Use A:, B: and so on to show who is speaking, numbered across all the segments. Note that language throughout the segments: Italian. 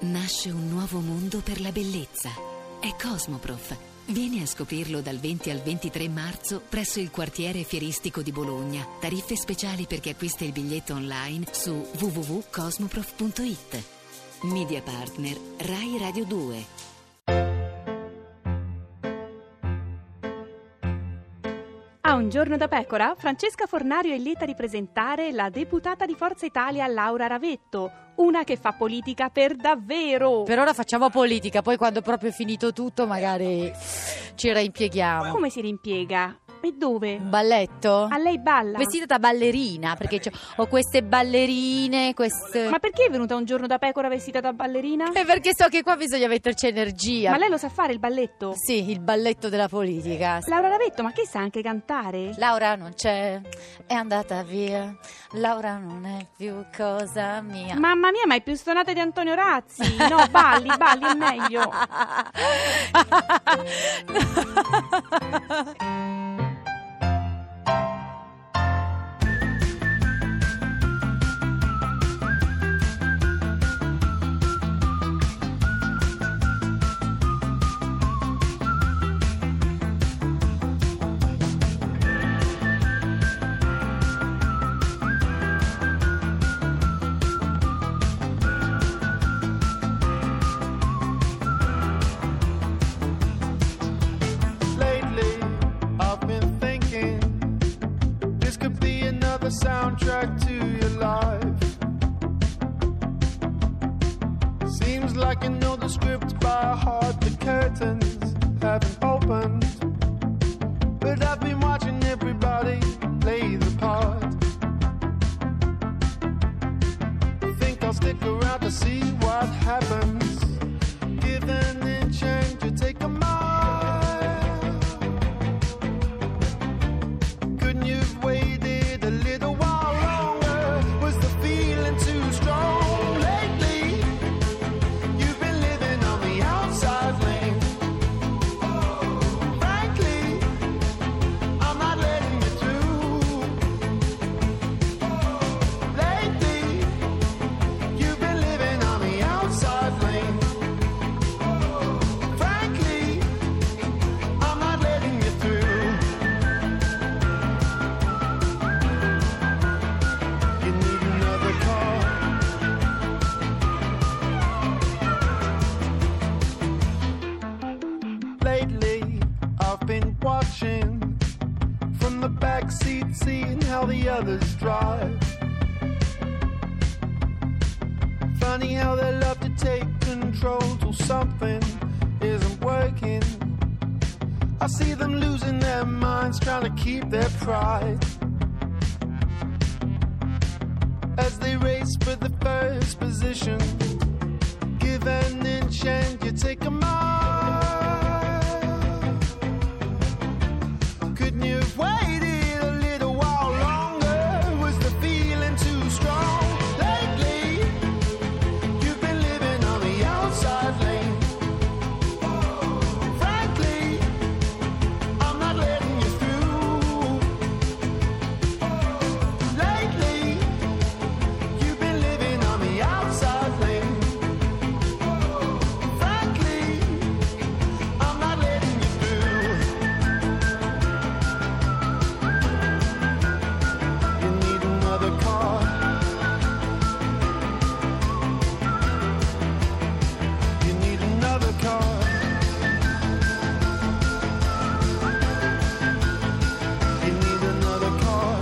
A: Nasce un nuovo mondo per la bellezza. È Cosmoprof. Vieni a scoprirlo dal 20 al 23 marzo presso il quartiere fieristico di Bologna. Tariffe speciali per chi acquista il biglietto online su www.cosmoprof.it. Media Partner Rai Radio 2.
B: A un giorno da pecora, Francesca Fornario è lieta di presentare la deputata di Forza Italia Laura Ravetto, una che fa politica per davvero.
C: Per ora facciamo politica, poi quando è proprio finito tutto magari ci reimpieghiamo.
B: Come si rimpiega? E dove?
C: Un balletto?
B: A lei balla.
C: Vestita da ballerina, perché c'ho- ho queste ballerine, queste...
B: Ma perché è venuta un giorno da pecora vestita da ballerina?
C: È perché so che qua bisogna metterci energia.
B: Ma lei lo sa fare il balletto?
C: ah. Sì, il balletto della politica.
B: Laura Ravetto, ma che sa anche cantare?
C: Laura non c'è, è andata via. Laura non è più cosa mia.
B: Mamma mia, ma è più stonata di Antonio Razzi. No, balli, balli, è meglio.
D: Lately, I've been thinking this could be another soundtrack to your life. Seems like you know the script by heart, the curtains haven't opened. But I've been watching everybody play the part. Think I'll stick around to see what happens. Given the chance to take a mile. Couldn't you've waited a little while longer? Was the feeling too strong lately? You've been living on the outside lane. Frankly, I'm not letting you through. Lately, you've been living on the outside lane. Frankly, I'm not letting you through. You need another car. Lately, I've been watching from the back seat, seeing how the others drive. Funny how they love to take control till something isn't working. I see them losing their minds, trying to keep their pride. as they race for the first position. Give an inch and you take a mile. Couldn't you have waited a little while longer? Was the feeling too strong lately? You've been living on the outside lane. Frankly, I'm not letting you through. Lately, You've been living on the outside lane. Frankly, I'm not letting you through. You need another car. You need another car. You need another car.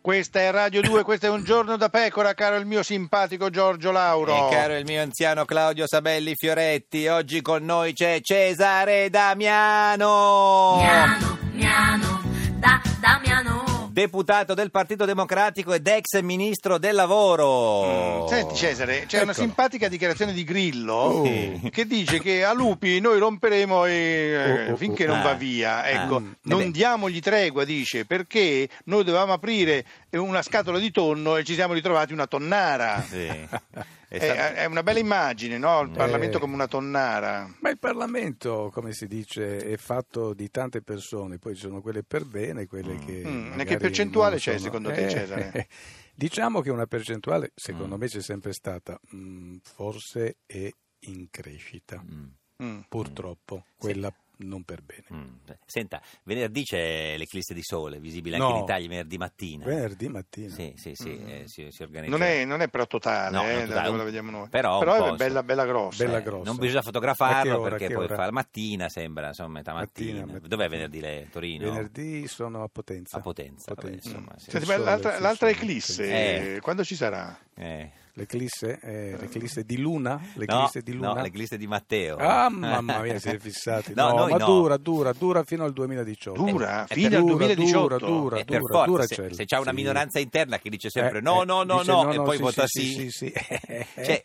E: Questa è Radio 2, questo è un giorno da pecora, caro il mio simpatico Giorgio Lauro.
F: E Eh, caro il mio anziano Claudio Sabelli Fioretti, oggi con noi c'è Cesare Damiano.
G: Miano, Miano, da Damiano.
F: deputato del Partito Democratico ed ex ministro del lavoro.
E: Mm, Senti Cesare, c'è una
F: Eccolo.
E: simpatica dichiarazione di Grillo
F: Sì.
E: che dice che a Lupi noi romperemo e- eh,
G: Oh, oh, oh.
E: finché non
F: Ah,
E: va via. Ecco,
F: ah. Eh beh.
E: non diamogli tregua, dice, perché noi dovevamo aprire una scatola di tonno e ci siamo ritrovati una tonnara.
F: Sì. esatto. È
E: È,
F: stato-
E: è una bella immagine, no? Il Parlamento
G: Eh.
E: come una tonnara.
G: Ma il Parlamento, come si dice, è fatto di tante persone, poi ci sono quelle per bene, quelle che...
E: Mm,
G: magari
E: che percentuale
G: non
E: c'è,
G: sono-
E: secondo te,
G: Eh,
E: Cesare? Mm.
G: Diciamo che una percentuale, secondo me, c'è sempre stata, mm, forse è in crescita,
F: Mm,
E: Mm.
G: purtroppo, quella non per bene.
F: mm. Senta, venerdì c'è l'eclisse di sole, visibile
G: No.
F: anche in Italia, venerdì mattina.
G: Venerdì mattina.
F: Sì, sì, sì, eh, si, si organizza.
E: Non, è, non è però totale,
F: No, non
E: eh, da
F: totale,
E: dove la
F: un-
E: vediamo noi.
F: però un po',
E: è bella,
F: insomma.
E: bella grossa.
G: Bella
F: Eh,
G: grossa.
F: Non bisogna
G: A
F: fotografarlo
G: che ora,
F: perché
G: che
F: poi
G: ora?
F: fa la mattina, sembra, insomma, metà mattina.
G: mattina.
F: Dov'è venerdì lei? Torino?
G: Venerdì sono a Potenza.
F: A Potenza, vabbè, insomma, sì.
E: Senti,
G: Sul
E: ma
G: sole,
E: l'altra,
G: sul
E: l'altra
G: sole,
E: eclisse,
G: sì.
F: Eh.
E: eh, quando ci sarà?
F: Eh.
G: L'eclisse? Eh, l'eclisse di luna?
F: No,
G: L'eclisse di
F: No,
G: luna?
F: l'eclisse di Matteo.
G: Ah, mamma mia, siete fissati.
F: No,
G: No,
F: noi
G: ma
F: no.
G: dura, dura, dura fino al 2018.
E: Dura?
F: eh,
E: fino
F: per-
E: al
G: dura,
E: 2018?
G: dura, dura.
F: Eh, per forza, se,
G: c'è il-
F: se c'è una
G: sì.
F: minoranza interna che dice sempre
G: Eh,
F: no,
G: eh,
F: no, no,
G: dice
F: no, e poi
G: sì,
F: vota sì.
G: sì, sì, sì.
F: Cioè,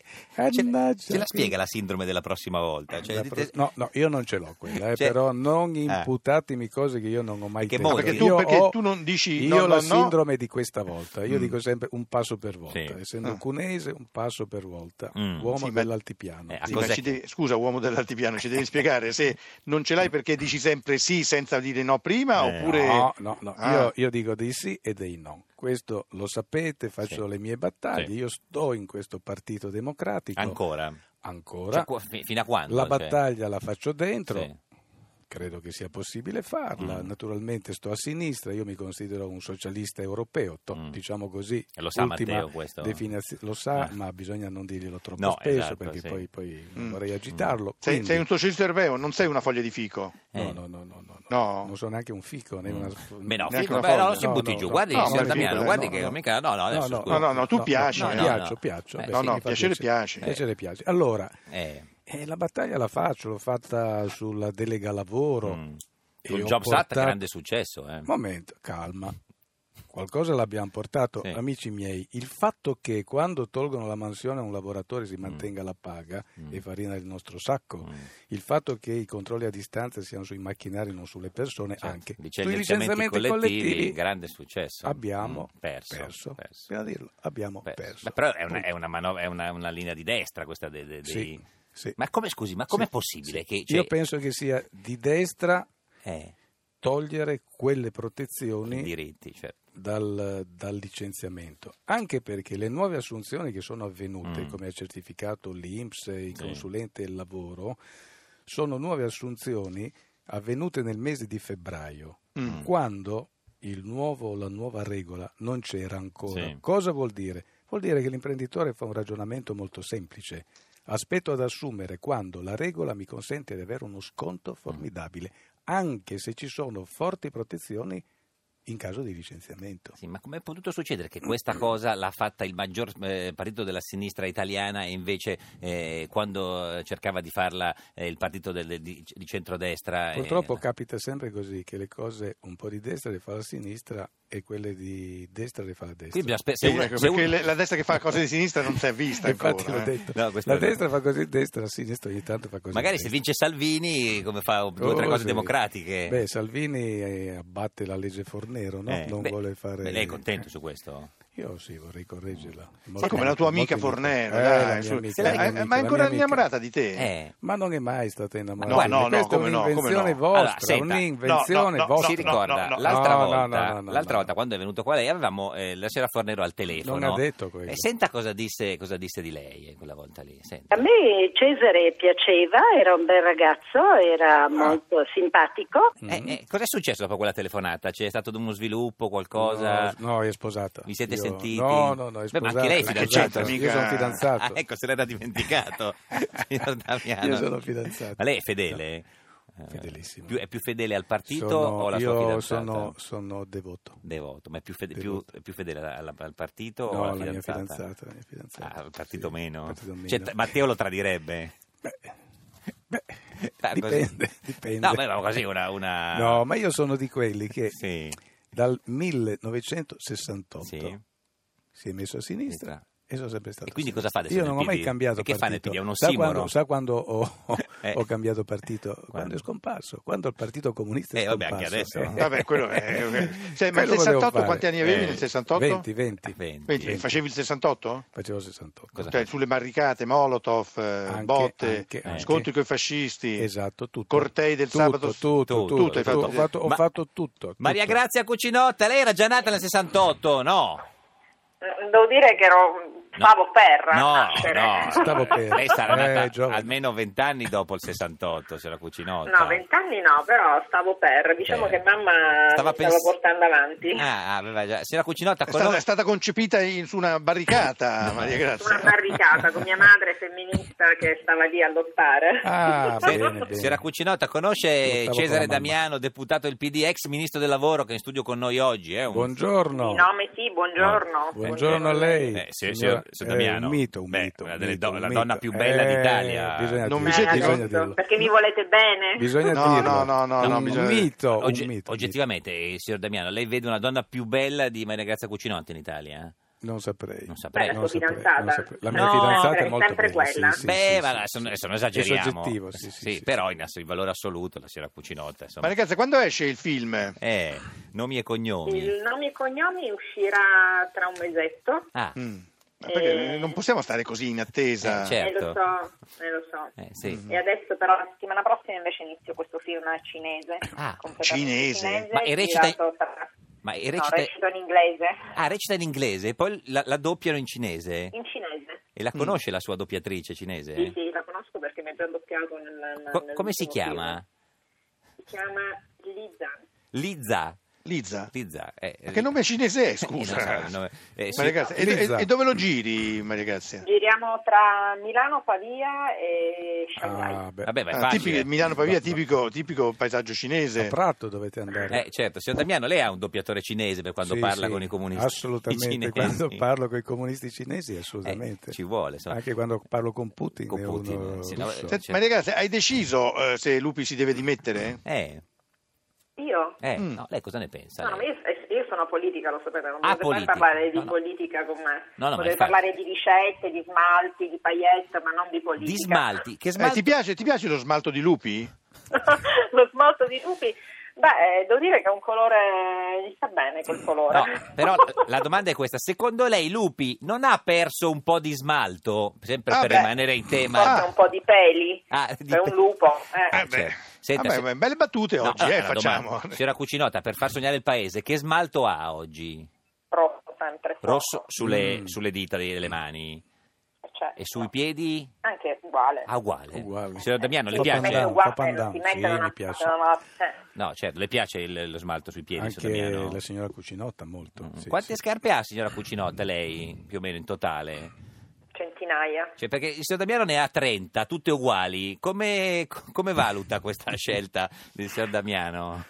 F: ce,
G: Mannaggia,
F: ce la
G: quindi-
F: spiega la sindrome della prossima volta? Cioè,
G: La
F: dite-
G: pro- No, no, io non ce l'ho quella, eh,
F: Cioè-
G: però non
F: Ah.
G: imputatemi cose che io non ho mai
F: Perché
G: detto.
F: molti-
E: Perché tu-
G: Io
E: perché
G: ho-
E: tu non dici
G: Io
E: no,
G: ho
E: no, no.
G: la sindrome di questa volta, io
F: Mm.
G: dico sempre un passo per volta,
F: Sì.
G: essendo
E: Ah.
G: cunese un passo per volta,
F: Mm.
G: uomo
E: Sì, ma-
G: dell'altipiano.
F: Eh, a
E: Sì, ma
F: cos'è
E: ci
F: che-
E: devi- scusa uomo dell'altipiano, ci devi spiegare se non ce l'hai perché dici sempre sì senza dire no prima
F: Eh,
E: oppure...
G: No, no, no.
E: Ah.
G: Io, io dico dei sì e dei no. Questo lo sapete, faccio
F: Sì.
G: le mie battaglie.
F: Sì.
G: Io sto in questo partito democratico
F: Ancora?
G: ancora.
F: Cioè, qua- fi- fino a quando?
G: la
F: Cioè,
G: battaglia la faccio dentro.
F: sì.
G: Credo che sia possibile farla.
F: Mm.
G: Naturalmente sto a sinistra, io mi considero un socialista europeo, to-
F: Mm.
G: diciamo così.
F: E lo sa
G: l'ultima
F: Matteo questo?
G: definazio- lo sa,
F: Eh.
G: ma bisogna non dirglielo troppo
F: No,
G: spesso
F: esatto,
G: perché
F: sì.
G: poi, poi
E: Mm.
G: vorrei agitarlo.
E: Sei,
G: Quindi-
E: sei un socialista europeo, non sei una foglia di fico.
F: Eh.
G: No, no, no, no, no,
E: No.
G: Non sono neanche un fico, né
F: Mm.
G: una...
F: Beh, no,
E: Neanche
F: figo,
E: una
F: beh,
E: foglia.
F: no, si
E: No,
F: butti
G: no,
F: giù.
G: no.
F: Guardi,
E: No,
F: signor
E: ma
F: Damiano,
E: figo,
F: guardi
E: no,
F: che
G: no.
F: mica... No, no, adesso scusa.
E: no, no, tu piaci,
G: No,
F: no,
G: piaccio,
F: no.
G: piaccio.
F: Eh,
G: Beh,
F: no,
G: sì,
E: no,
G: mi fa
E: piacere, piace.
G: Piacere, piace. Allora,
F: Eh,
G: eh, la battaglia la faccio, l'ho fatta sulla delega lavoro.
F: mm.
G: e
F: Sul
G: ho
F: Jobs Act
G: portato-
F: grande successo. Eh.
G: Momento, calma. Qualcosa l'abbiamo portato,
F: Sì.
G: amici miei. Il fatto che quando tolgono la mansione a un lavoratore si mantenga la paga
F: Mm.
G: è farina del nostro sacco.
F: Mm.
G: Il fatto che i controlli a distanza siano sui macchinari, non sulle persone,
F: Certo.
G: anche
F: Dice
G: sui
F: licenziamenti
G: licenziamenti
F: collettivi,
G: collettivi,
F: grande successo.
G: Abbiamo
F: Mm, perso,
G: perso.
F: perso.
G: Bisogna dirlo, abbiamo
F: Beh,
G: perso.
F: beh, però è una, è una manovra- è una- una linea di destra questa de- de- dei...
G: Sì, sì.
F: Ma come, scusi, ma com'è
G: Sì,
F: possibile
G: sì.
F: che... cioè,
G: Io penso che sia di destra
F: eh,
G: togliere quelle
F: i
G: protezioni
F: diritti, certo.
G: dal, dal licenziamento, anche perché le nuove assunzioni che sono avvenute,
F: Mm.
G: come ha certificato l'INPS, i
F: Sì.
G: consulenti e il lavoro, sono nuove assunzioni avvenute nel mese di febbraio,
E: Mm.
G: quando il nuovo, la nuova regola non c'era ancora.
F: Sì.
G: Cosa vuol dire? Vuol dire che l'imprenditore fa un ragionamento molto semplice. Aspetto ad assumere quando la regola mi consente di avere uno
F: Mm.
G: sconto formidabile, anche se ci sono forti protezioni in caso di licenziamento.
F: Sì, ma com'è potuto succedere che questa cosa l'ha fatta il maggior eh, partito della sinistra italiana e invece eh, quando eh, cercava di farla eh, il partito del- del- di, di centrodestra... eh,
G: Purtroppo
F: no.
G: capita sempre così, che le cose un po' di destra le fa la sinistra e quelle di destra le fa la destra.
F: Quindi bisogna spe- se
E: Sì,
F: uno-
E: ecco,
F: se
E: perché
F: uno-
E: le- la destra che fa cose di sinistra non si è vista
G: Infatti
E: ancora.
G: l'ho
E: eh.
G: detto.
F: No, questo
G: la
F: è vero.
G: destra fa così, destra, la sinistra ogni tanto fa così.
F: Magari se
G: destra.
F: vince Salvini come fa due o tre
G: Oh,
F: cose
G: sì.
F: democratiche.
G: Beh, Salvini eh, abbatte la legge Fornero, no?
F: Eh,
G: non
F: beh,
G: vuole fare...
F: beh, lei è contento su questo?
G: Io sì, vorrei correggerla.
E: Ma come la tua amica Fornero, dai, su-
F: amica, la
E: eh,
F: mia
E: eh, ma è ancora innamorata di te?
F: Eh.
G: Ma non è mai stata innamorata.
F: Ma no,
G: di
E: no,
G: me. Questa
E: come
G: è
E: no, come
G: un'invenzione
E: no.
G: vostra,
F: Allora, senta,
E: no,
G: un'invenzione
E: no,
G: vostra.
F: si ricorda
E: no, no.
F: l'altra
G: No, no,
F: volta,
G: no, no, no,
F: l'altra
G: no.
F: volta quando è venuto qua lei avevamo eh, la signora Fornero al telefono
G: Non ha detto quello.
F: e senta cosa disse, cosa disse di lei eh, quella volta lì senta. Eh,
H: A me Cesare piaceva, era un bel ragazzo, era molto simpatico.
F: Eh,
G: Mm-hmm.
F: eh, cos'è successo dopo quella telefonata? C'è stato uno sviluppo, qualcosa?
G: No, no, è sposata.
F: Vi siete
G: Io-
F: sentiti?
G: No, no, no, è
F: Beh, ma
G: sposata.
F: anche lei è
G: Ma che
F: fidanzata.
G: c'entra? Io sono
E: mica-
G: fidanzato.
F: Ah, ecco, se l'era dimenticato, signor Damiano.
G: Io sono fidanzato.
F: Ma lei è fedele? Eh,
G: Fidelissimo.
F: più- è più fedele al partito
G: Sono-
F: o alla sua
G: Io
F: fidanzata?
G: sono, sono devoto.
F: Devoto, ma è più, fede- più,
G: Devoto.
F: è più fedele alla- al partito o
G: No,
F: alla
G: la mia
F: fidanzata?
G: fidanzata. la mia fidanzata.
F: Ah, al partito
G: Sì,
F: meno.
G: partito meno.
F: Cioè, t- Matteo lo tradirebbe?
G: Beh,
F: Ah, così.
G: dipende, eh, dipende.
F: No, beh, ma così una... una...
G: No, ma io sono di quelli che
F: Ah. Sì.
G: Dal 1968
F: Sì.
G: si è messo a sinistra.
F: Sinistra.
G: E sono sempre stato
F: E quindi
G: a
F: cosa fa adesso
G: Io
F: nel
G: non ho mai
F: PD?
G: cambiato
F: E che fa nel
G: partito.
F: PD? È un
G: sa
F: ossimoro?
G: quando, sa quando ho,
F: Eh.
G: ho cambiato partito? Quando?
F: Quando?
G: è scomparso. Quando il partito comunista è
F: Eh, vabbè,
G: scomparso.
F: anche adesso.
G: Eh.
E: Vabbè, quello è- Cioè, ma
G: Quello
E: il
G: volevo
E: 68
G: fare.
E: quanti anni avevi
F: Eh,
E: nel 68?
G: 20, 20.
F: Venti.
E: Quindi facevi il 68?
G: Facevo 68.
F: Cosa
E: Cioè,
F: fa?
E: sulle barricate, Molotov, eh,
G: Anche-
E: botte,
G: anche-
F: anche.
E: scontri coi fascisti,
G: Esatto, tutto.
E: cortei del
G: Tutto,
E: sabato.
G: Tutto,
F: Tutto,
G: tutto.
E: tutto, hai fatto-
G: Ho, fatto, ho
F: Ma-
G: fatto tutto.
F: Maria
G: tutto.
F: Grazia Cucinotta, lei era già nata nel 68, no?
H: Mm, Devo dire che ero, stavo per
F: No,
H: nascere.
F: no,
G: Stavo per.
F: Lei sarà
G: Eh,
F: nata
G: giovane.
F: almeno vent'anni dopo il 68, se la Cucinotta.
H: No, vent'anni no, però stavo per. Diciamo
F: Eh.
H: che mamma
F: Stava
H: stava,
F: pens-
H: stava portando avanti.
F: Ah, aveva già... Se la Cucinotta...
E: È
F: con-
E: stata, è stata concepita in- su una barricata, Maria
G: eh.
H: Una
E: Grazia.
H: barricata con mia madre femminista che stava lì a lottare.
G: Ah,
F: Se-
G: bene, bene.
F: Sera Cucinotta
G: Lottavo
F: conosce
G: con
F: Cesare
G: la mamma.
F: Damiano, deputato del PD, ex ministro del lavoro, che è in studio con noi oggi. È un
G: Buongiorno.
H: Di nome sì, buongiorno.
G: Buongiorno a lei,
F: Eh, sì,
G: signora-
F: signor- signor Damiano.
G: un mito, un
F: Beh,
G: mito,
F: una
G: un
F: delle
G: mito,
F: do-
G: un
F: la
G: mito.
F: donna più bella
G: Eh,
F: d'Italia.
G: Bisogna,
E: Non mi
G: dirlo,
H: Eh,
E: senti-
G: bisogna
H: ragazzi,
G: dirlo.
H: perché mi volete bene.
G: Bisogna
E: No,
G: dirlo.
E: no, no, no,
G: Un
E: no, bisogna-
G: mito, un
F: Ogge-
G: mito.
F: oggettivamente, eh, signor Damiano, lei vede una donna più bella di Maria Grazia Cucinotta in Italia? eh?
G: Non saprei. Eh,
F: Non saprei. Beh, la
G: Non
H: sua
G: saprei,
H: fidanzata.
G: non saprei. La mia
F: No,
G: fidanzata
F: sempre-
G: è molto
H: sempre
G: bella. sì,
H: quella.
G: sì,
F: Beh, ma
G: sì, sì,
F: adesso,
G: sì.
F: adesso non esageriamo.
G: È soggettivo, sì, sì. sì.
F: però in, ass- in valore assoluto la signora Cucinotta, insomma.
E: Maria Grazia, quando esce il film?
F: Eh, nomi e cognomi.
H: Il nome e cognomi uscirà tra un mesetto.
F: Ah,
E: Mm. Ma Perché
H: Eh.
E: non possiamo stare così in attesa.
F: Eh, certo.
H: Eh, lo so, eh, lo so.
F: eh,
G: Mm.
F: sì.
G: Mm-hmm.
H: E adesso però la settimana prossima invece inizio questo film cinese.
F: Ah,
H: completamente
E: cinese.
F: Ma e recita-
H: girato tra-
F: Ma e
H: no,
F: recita...
H: recito in inglese.
F: Ah, recita in inglese e poi la, la doppiano in cinese?
H: In cinese.
F: E la conosce la sua doppiatrice
H: Sì,
F: cinese?
H: sì, la conosco perché mi ha già doppiato nel, nel-
F: Co-
H: nel
F: come si
H: primo
F: chiama?
H: film. Si chiama Li Zhang.
F: Lizza.
E: Lizza.
F: Lizza. eh,
E: Ma
F: eh,
E: che nome cinese è,
F: Eh, non so
E: scusa?
F: il nome. Eh, sì.
E: Maria Grazia, e, e-
G: Lizza.
E: e dove lo giri, Maria Grazia?
H: Eh, Giriamo tra Milano, Pavia e Shanghai.
G: Ah, beh.
F: Vabbè, ma è
E: Ah,
F: facile.
E: tipico- Milano-Pavia,
G: No, no.
E: tipico, tipico paesaggio
G: A
E: cinese.
G: Prato dovete andare.
F: Eh, certo, signor Damiano, lei ha un doppiatore cinese per quando
G: Sì,
F: parla
G: sì,
F: con i comunisti.
G: Assolutamente,
F: cinesi.
G: quando parlo con i comunisti cinesi, assolutamente.
F: Eh, ci vuole, insomma.
G: Anche quando parlo con Putin.
F: Con
G: è
F: Putin,
G: uno
F: sì, no,
G: russo.
F: eh,
E: Senti,
F: certo.
E: Maria Grazia, hai deciso eh, se Lupi si deve dimettere?
F: Eh,
H: Io?
F: eh,
E: Mm.
F: no, lei cosa ne pensa?
H: No, ma
F: lei?
H: io, eh, io sono politica, lo sapete, non
F: Ah,
H: potete mai
F: politica.
H: parlare di
F: No, no.
H: politica con me.
F: No, no, ma
H: potete
F: infatti.
H: parlare di ricette, di smalti, di paillette, ma non di politica.
F: Di smalti. Che
E: Eh,
F: smalti?
E: ti, piace, ti piace lo smalto di Lupi?
H: Lo smalto di lupi, beh, eh, devo dire che è un colore, gli sta bene quel colore.
F: No, però la domanda è questa: secondo lei Lupi non ha perso un po' di smalto? Sempre
E: Ah,
F: per
E: beh. Ah,
F: rimanere in tema.
H: Forse un po' di peli,
F: eh, Ah, di-
H: è un lupo. eh.
F: Ah,
E: Eh, beh.
F: certo. Senta,
E: Vabbè,
F: se-
E: beh, belle battute
F: No,
E: oggi,
F: allora,
E: eh,
F: una
E: facciamo.
F: domanda. Signora Cucinotta, per far sognare il paese, che smalto ha oggi?
H: Rosso sempre.
F: Rosso sulle,
G: Mm.
F: sulle dita dei- delle mani
H: Cioè,
F: e sui
H: no,
F: piedi?
H: Anche uguale.
F: Ah, uguale.
G: Uguale.
F: Signor Damiano, le
H: Sì,
G: Papandà,
F: piace?
H: sempre uguale,
G: Papandà,
H: non si
G: sì,
H: mettono
G: mi
H: una-
G: piace.
H: una- eh.
F: No, certo, le piace il- lo smalto sui piedi, signor
G: Anche
F: Damiano?
G: la signora Cucinotta molto.
F: Mm.
G: sì,
F: Quante
G: sì.
F: scarpe ha, signora Cucinotta, lei, più o meno in totale?
H: centinaia.
F: Cioè, perché il signor Damiano ne ha 30, tutte uguali. Come, come valuta questa scelta del signor Damiano?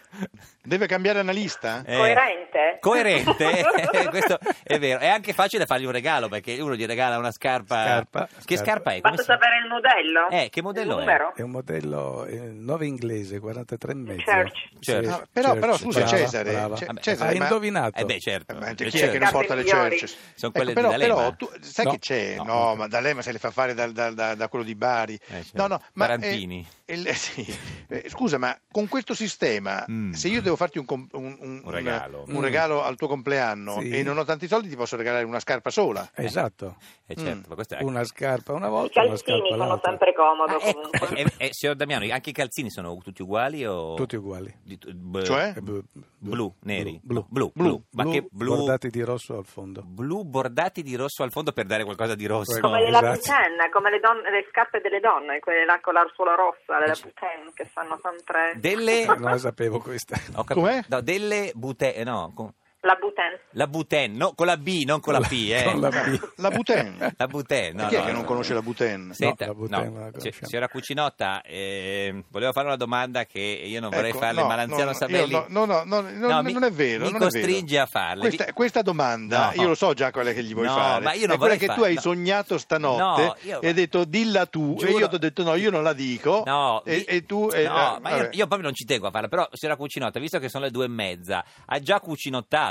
E: Deve cambiare analista?
F: Eh,
H: Coerente?
F: Coerente, Eh, questo è vero. È anche facile fargli un regalo, perché uno gli regala una scarpa...
G: Scarpa,
F: che
G: scarpa.
F: scarpa è? Come
H: Basta
F: si-
H: sapere il modello?
F: Eh, che modello
H: il
F: è?
H: numero?
G: È un modello 9 inglese, 43 e mezzo.
H: Church.
G: Sì,
F: Church.
E: Ah, però- però,
G: Church,
E: scusa,
G: brava,
E: Cesare,
G: brava.
E: Ce-
G: Ah,
F: certo. Vabbè,
E: Cesare,
G: Hai
E: ma-
G: indovinato.
F: Eh beh, certo.
E: Eh, ma chi
F: Le
E: è che non
F: cerche.
E: porta le
H: Scarpe
E: church?
H: migliori.
F: Sono
E: Ecco,
F: quelle di
E: però,
F: D'Alema.
E: però tu- sai
G: No.
E: che c'è?
F: No.
E: No, ma D'Alema se le fa fare dal- dal- da, da quello di Bari.
F: certo.
E: No, no, ma,
F: Tarantini.
E: eh, il- sì. Eh, scusa, ma con questo sistema,
F: Mm.
E: se io devo farti un, com- un- un-
F: Un regalo. Mm.
E: un regalo al tuo compleanno
G: Sì.
E: e non ho tanti soldi, ti posso regalare una scarpa sola.
G: Esatto.
F: Eh, certo, ma questo è...
G: Una scarpa una
H: I
G: volta, una
H: calzini
G: scarpa
H: sono
G: l'altra.
H: sempre comodo
F: Ah, ecco,
H: comunque.
F: eh, eh, signor Damiano, anche i calzini sono tutti uguali o...
G: Tutti uguali.
F: Di- b-
E: Cioè?
G: Eh, blu,
F: Blu, neri.
G: Blu,
F: Blu, blu. Ma che blu-
G: Bordati di rosso al fondo.
F: Blu bordati di rosso al fondo per dare qualcosa di rosso.
G: Come
H: Come
G: No,
H: le la
G: esatto.
H: Putain, come le, donne, le scarpe delle donne, quelle là con l'arsuola rossa, le Laputen, che fanno sempre...
F: Delle...
G: Non la sapevo questa.
F: Ho
E: Com'è?
F: No, delle bute... eh, No, com-
H: La Buten.
F: La Buten, no, con la B, non con la P. Eh.
G: Con la B.
E: La Buten.
F: La Buten, no,
E: Chi è
F: no,
E: che
F: no.
E: non conosce la Buten?
F: Senta,
G: la Buten
F: no.
G: non la
F: Si-
G: conosciamo.
F: signora Cucinotta, eh, volevo fare una domanda che io non vorrei
E: Ecco,
F: farle,
E: no,
F: ma l'anziano
E: no,
F: Sabelli...
E: io No, no, no, no, no,
F: No,
E: no,
F: mi-
E: non è vero.
F: mi
E: non è vero.
F: costringe a farla.
E: Questa,
F: Vi-
E: questa domanda,
F: No.
E: io lo so già quella che gli vuoi
F: No,
E: fare.
F: ma io non
E: è quella
F: vorrei
E: che
F: fa-
E: tu hai
F: no.
E: sognato stanotte
F: No, io-
E: e hai detto dilla tu e
F: Giuro.
E: io ti ho detto no, io non la dico.
F: No,
E: e,
F: vi-
E: e tu... e-
F: no,
E: eh,
F: ma io,
E: vabbè.
F: io proprio non ci tengo a farla. Però, signora Cucinotta, visto che sono le due e mezza, ha già cucinottato?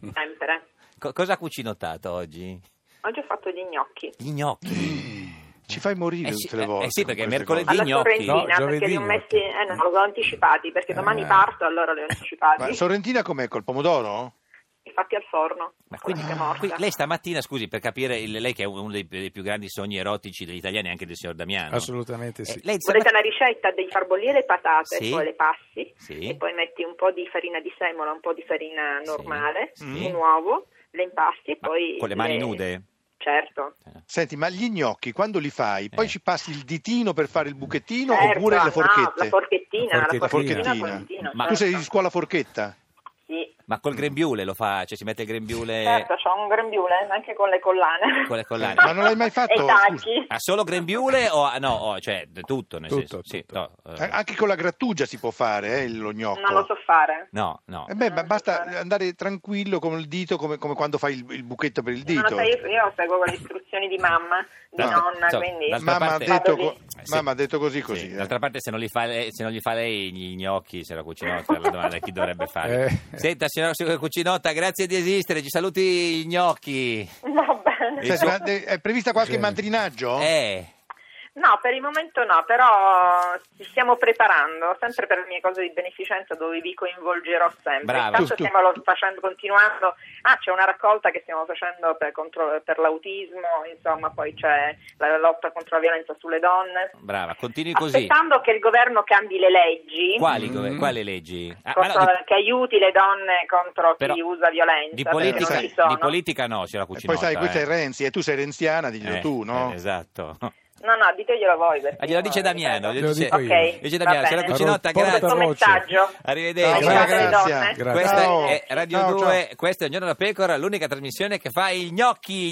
H: Sempre.
F: Co- cosa ha cucinottato oggi?
H: Oggi ho fatto gli gnocchi.
F: Gli gnocchi.
E: Ci fai morire
F: Eh sì,
E: tutte le
F: eh,
E: volte.
F: eh sì, perché
E: con queste
F: mercoledì-
E: cose.
H: Alla
F: gnocchi?
G: No,
H: Sorrentina,
G: giovedì
H: perché li ho
G: gnocchi.
H: messi... Eh no, li ho anticipati, perché domani
G: Eh.
H: parto, allora li ho anticipati.
E: Ma Sorrentina com'è? Col pomodoro?
H: Infatti al forno.
F: Ma
H: con la
F: quindi,
H: figa morta.
F: qui- lei stamattina, scusi, per capire, il- lei che è uno dei, dei più grandi sogni erotici degli italiani, anche del signor Damiano.
G: Assolutamente sì.
F: Eh, lei
H: Volete
F: stamattina-
H: una ricetta? Devi far bollire le patate,
F: Sì.
H: poi le passi
F: Sì.
H: e poi metti un po' di farina di semola, un po' di farina
F: Sì,
H: normale,
F: sì.
H: un uovo, le impasti e
F: Ma
H: poi...
F: con le mani nude?
H: Certo.
E: Senti, ma gli gnocchi quando li fai, poi
F: Eh.
E: ci passi il ditino per fare il buchettino
H: Certo,
E: oppure
H: ah,
E: le
H: no,
E: forchette?
H: la forchettina, la
G: La
H: forchettina,
G: forchettina.
H: la forchettina,
F: Ma-
E: Tu
H: certo.
E: sei di scuola forchetta?
H: Sì,
F: Ma col grembiule lo fa, cioè si mette il grembiule...
H: certo, c'ho un grembiule anche con le collane.
F: Con le collane.
E: Ma non l'hai mai fatto?
H: e i tacchi.
F: Ha solo grembiule o ah, no, oh, cioè d- tutto nel
G: Tutto,
F: senso, sì,
G: tutto.
F: no, eh,
E: Eh, Anche con la grattugia si può fare eh, lo gnocco.
H: Non lo so fare.
F: no, no.
E: Eh beh, ma
H: Non
E: basta
H: fare.
E: andare tranquillo con il dito come, come quando fai il, il buchetto per il
H: Non
E: dito.
H: lo so, io, io seguo le istruzioni di mamma, di
E: No,
H: nonna,
F: so,
H: quindi...
F: d'altra
E: Mamma, ha
F: parte-
E: detto
H: Vado lì.
E: co-
F: Eh, sì.
E: mamma ha detto così
F: Sì,
E: così. eh.
F: D'altra parte se non, li fa lei, se non gli fa lei gli gnocchi, se la cucinotta, la domanda è chi dovrebbe fare.
G: Eh.
F: Senta, signora cucinotta, grazie di esistere, ci saluti gli gnocchi.
H: Va bene.
E: Senti, ma de- è prevista qualche
G: Sì.
E: mantrinaggio?
F: Eh,
H: No, per il momento no, però ci stiamo preparando sempre per le mie cose di beneficenza dove vi coinvolgerò sempre.
F: Brava.
H: Intanto
E: Tu- tu-
H: stiamo lo- facendo, continuando. Ah, c'è una raccolta che stiamo facendo per, contro- per l'autismo, insomma, poi c'è la lotta contro la violenza sulle donne.
F: brava, continui così.
H: Aspettando che il governo cambi le leggi.
F: Quali,
G: Mm.
F: gove- quali leggi? Ah, ma no,
H: contro-
F: di-
H: che aiuti le donne contro
F: però-
H: chi usa violenza
F: di
H: perché
F: politica,
H: non
E: sai,
H: ci sono.
F: di politica no, signora
E: E
F: cucinotta.
E: poi sai, questa
F: eh.
E: è Renzi e tu sei renziana, diglielo
F: Eh,
E: tu, no?
F: eh, esatto.
H: no no diteglielo voi perché
F: Ah, glielo dice
H: io-
F: Damiano,
H: ok,
F: glielo dice-
H: ok,
F: dice
H: va
F: Damiano,
H: bene.
F: se la cucinotta,
G: Allora,
F: grazie.
H: questo messaggio
F: Arrivederci.
E: Ciao,
F: Ciao,
E: grazie.
H: grazie.
G: Grazie.
F: Questa
E: Ciao.
F: è Radio
E: Ciao, ciao.
F: 2, questo è Un giorno da pecora, l'unica trasmissione che fa i gnocchi.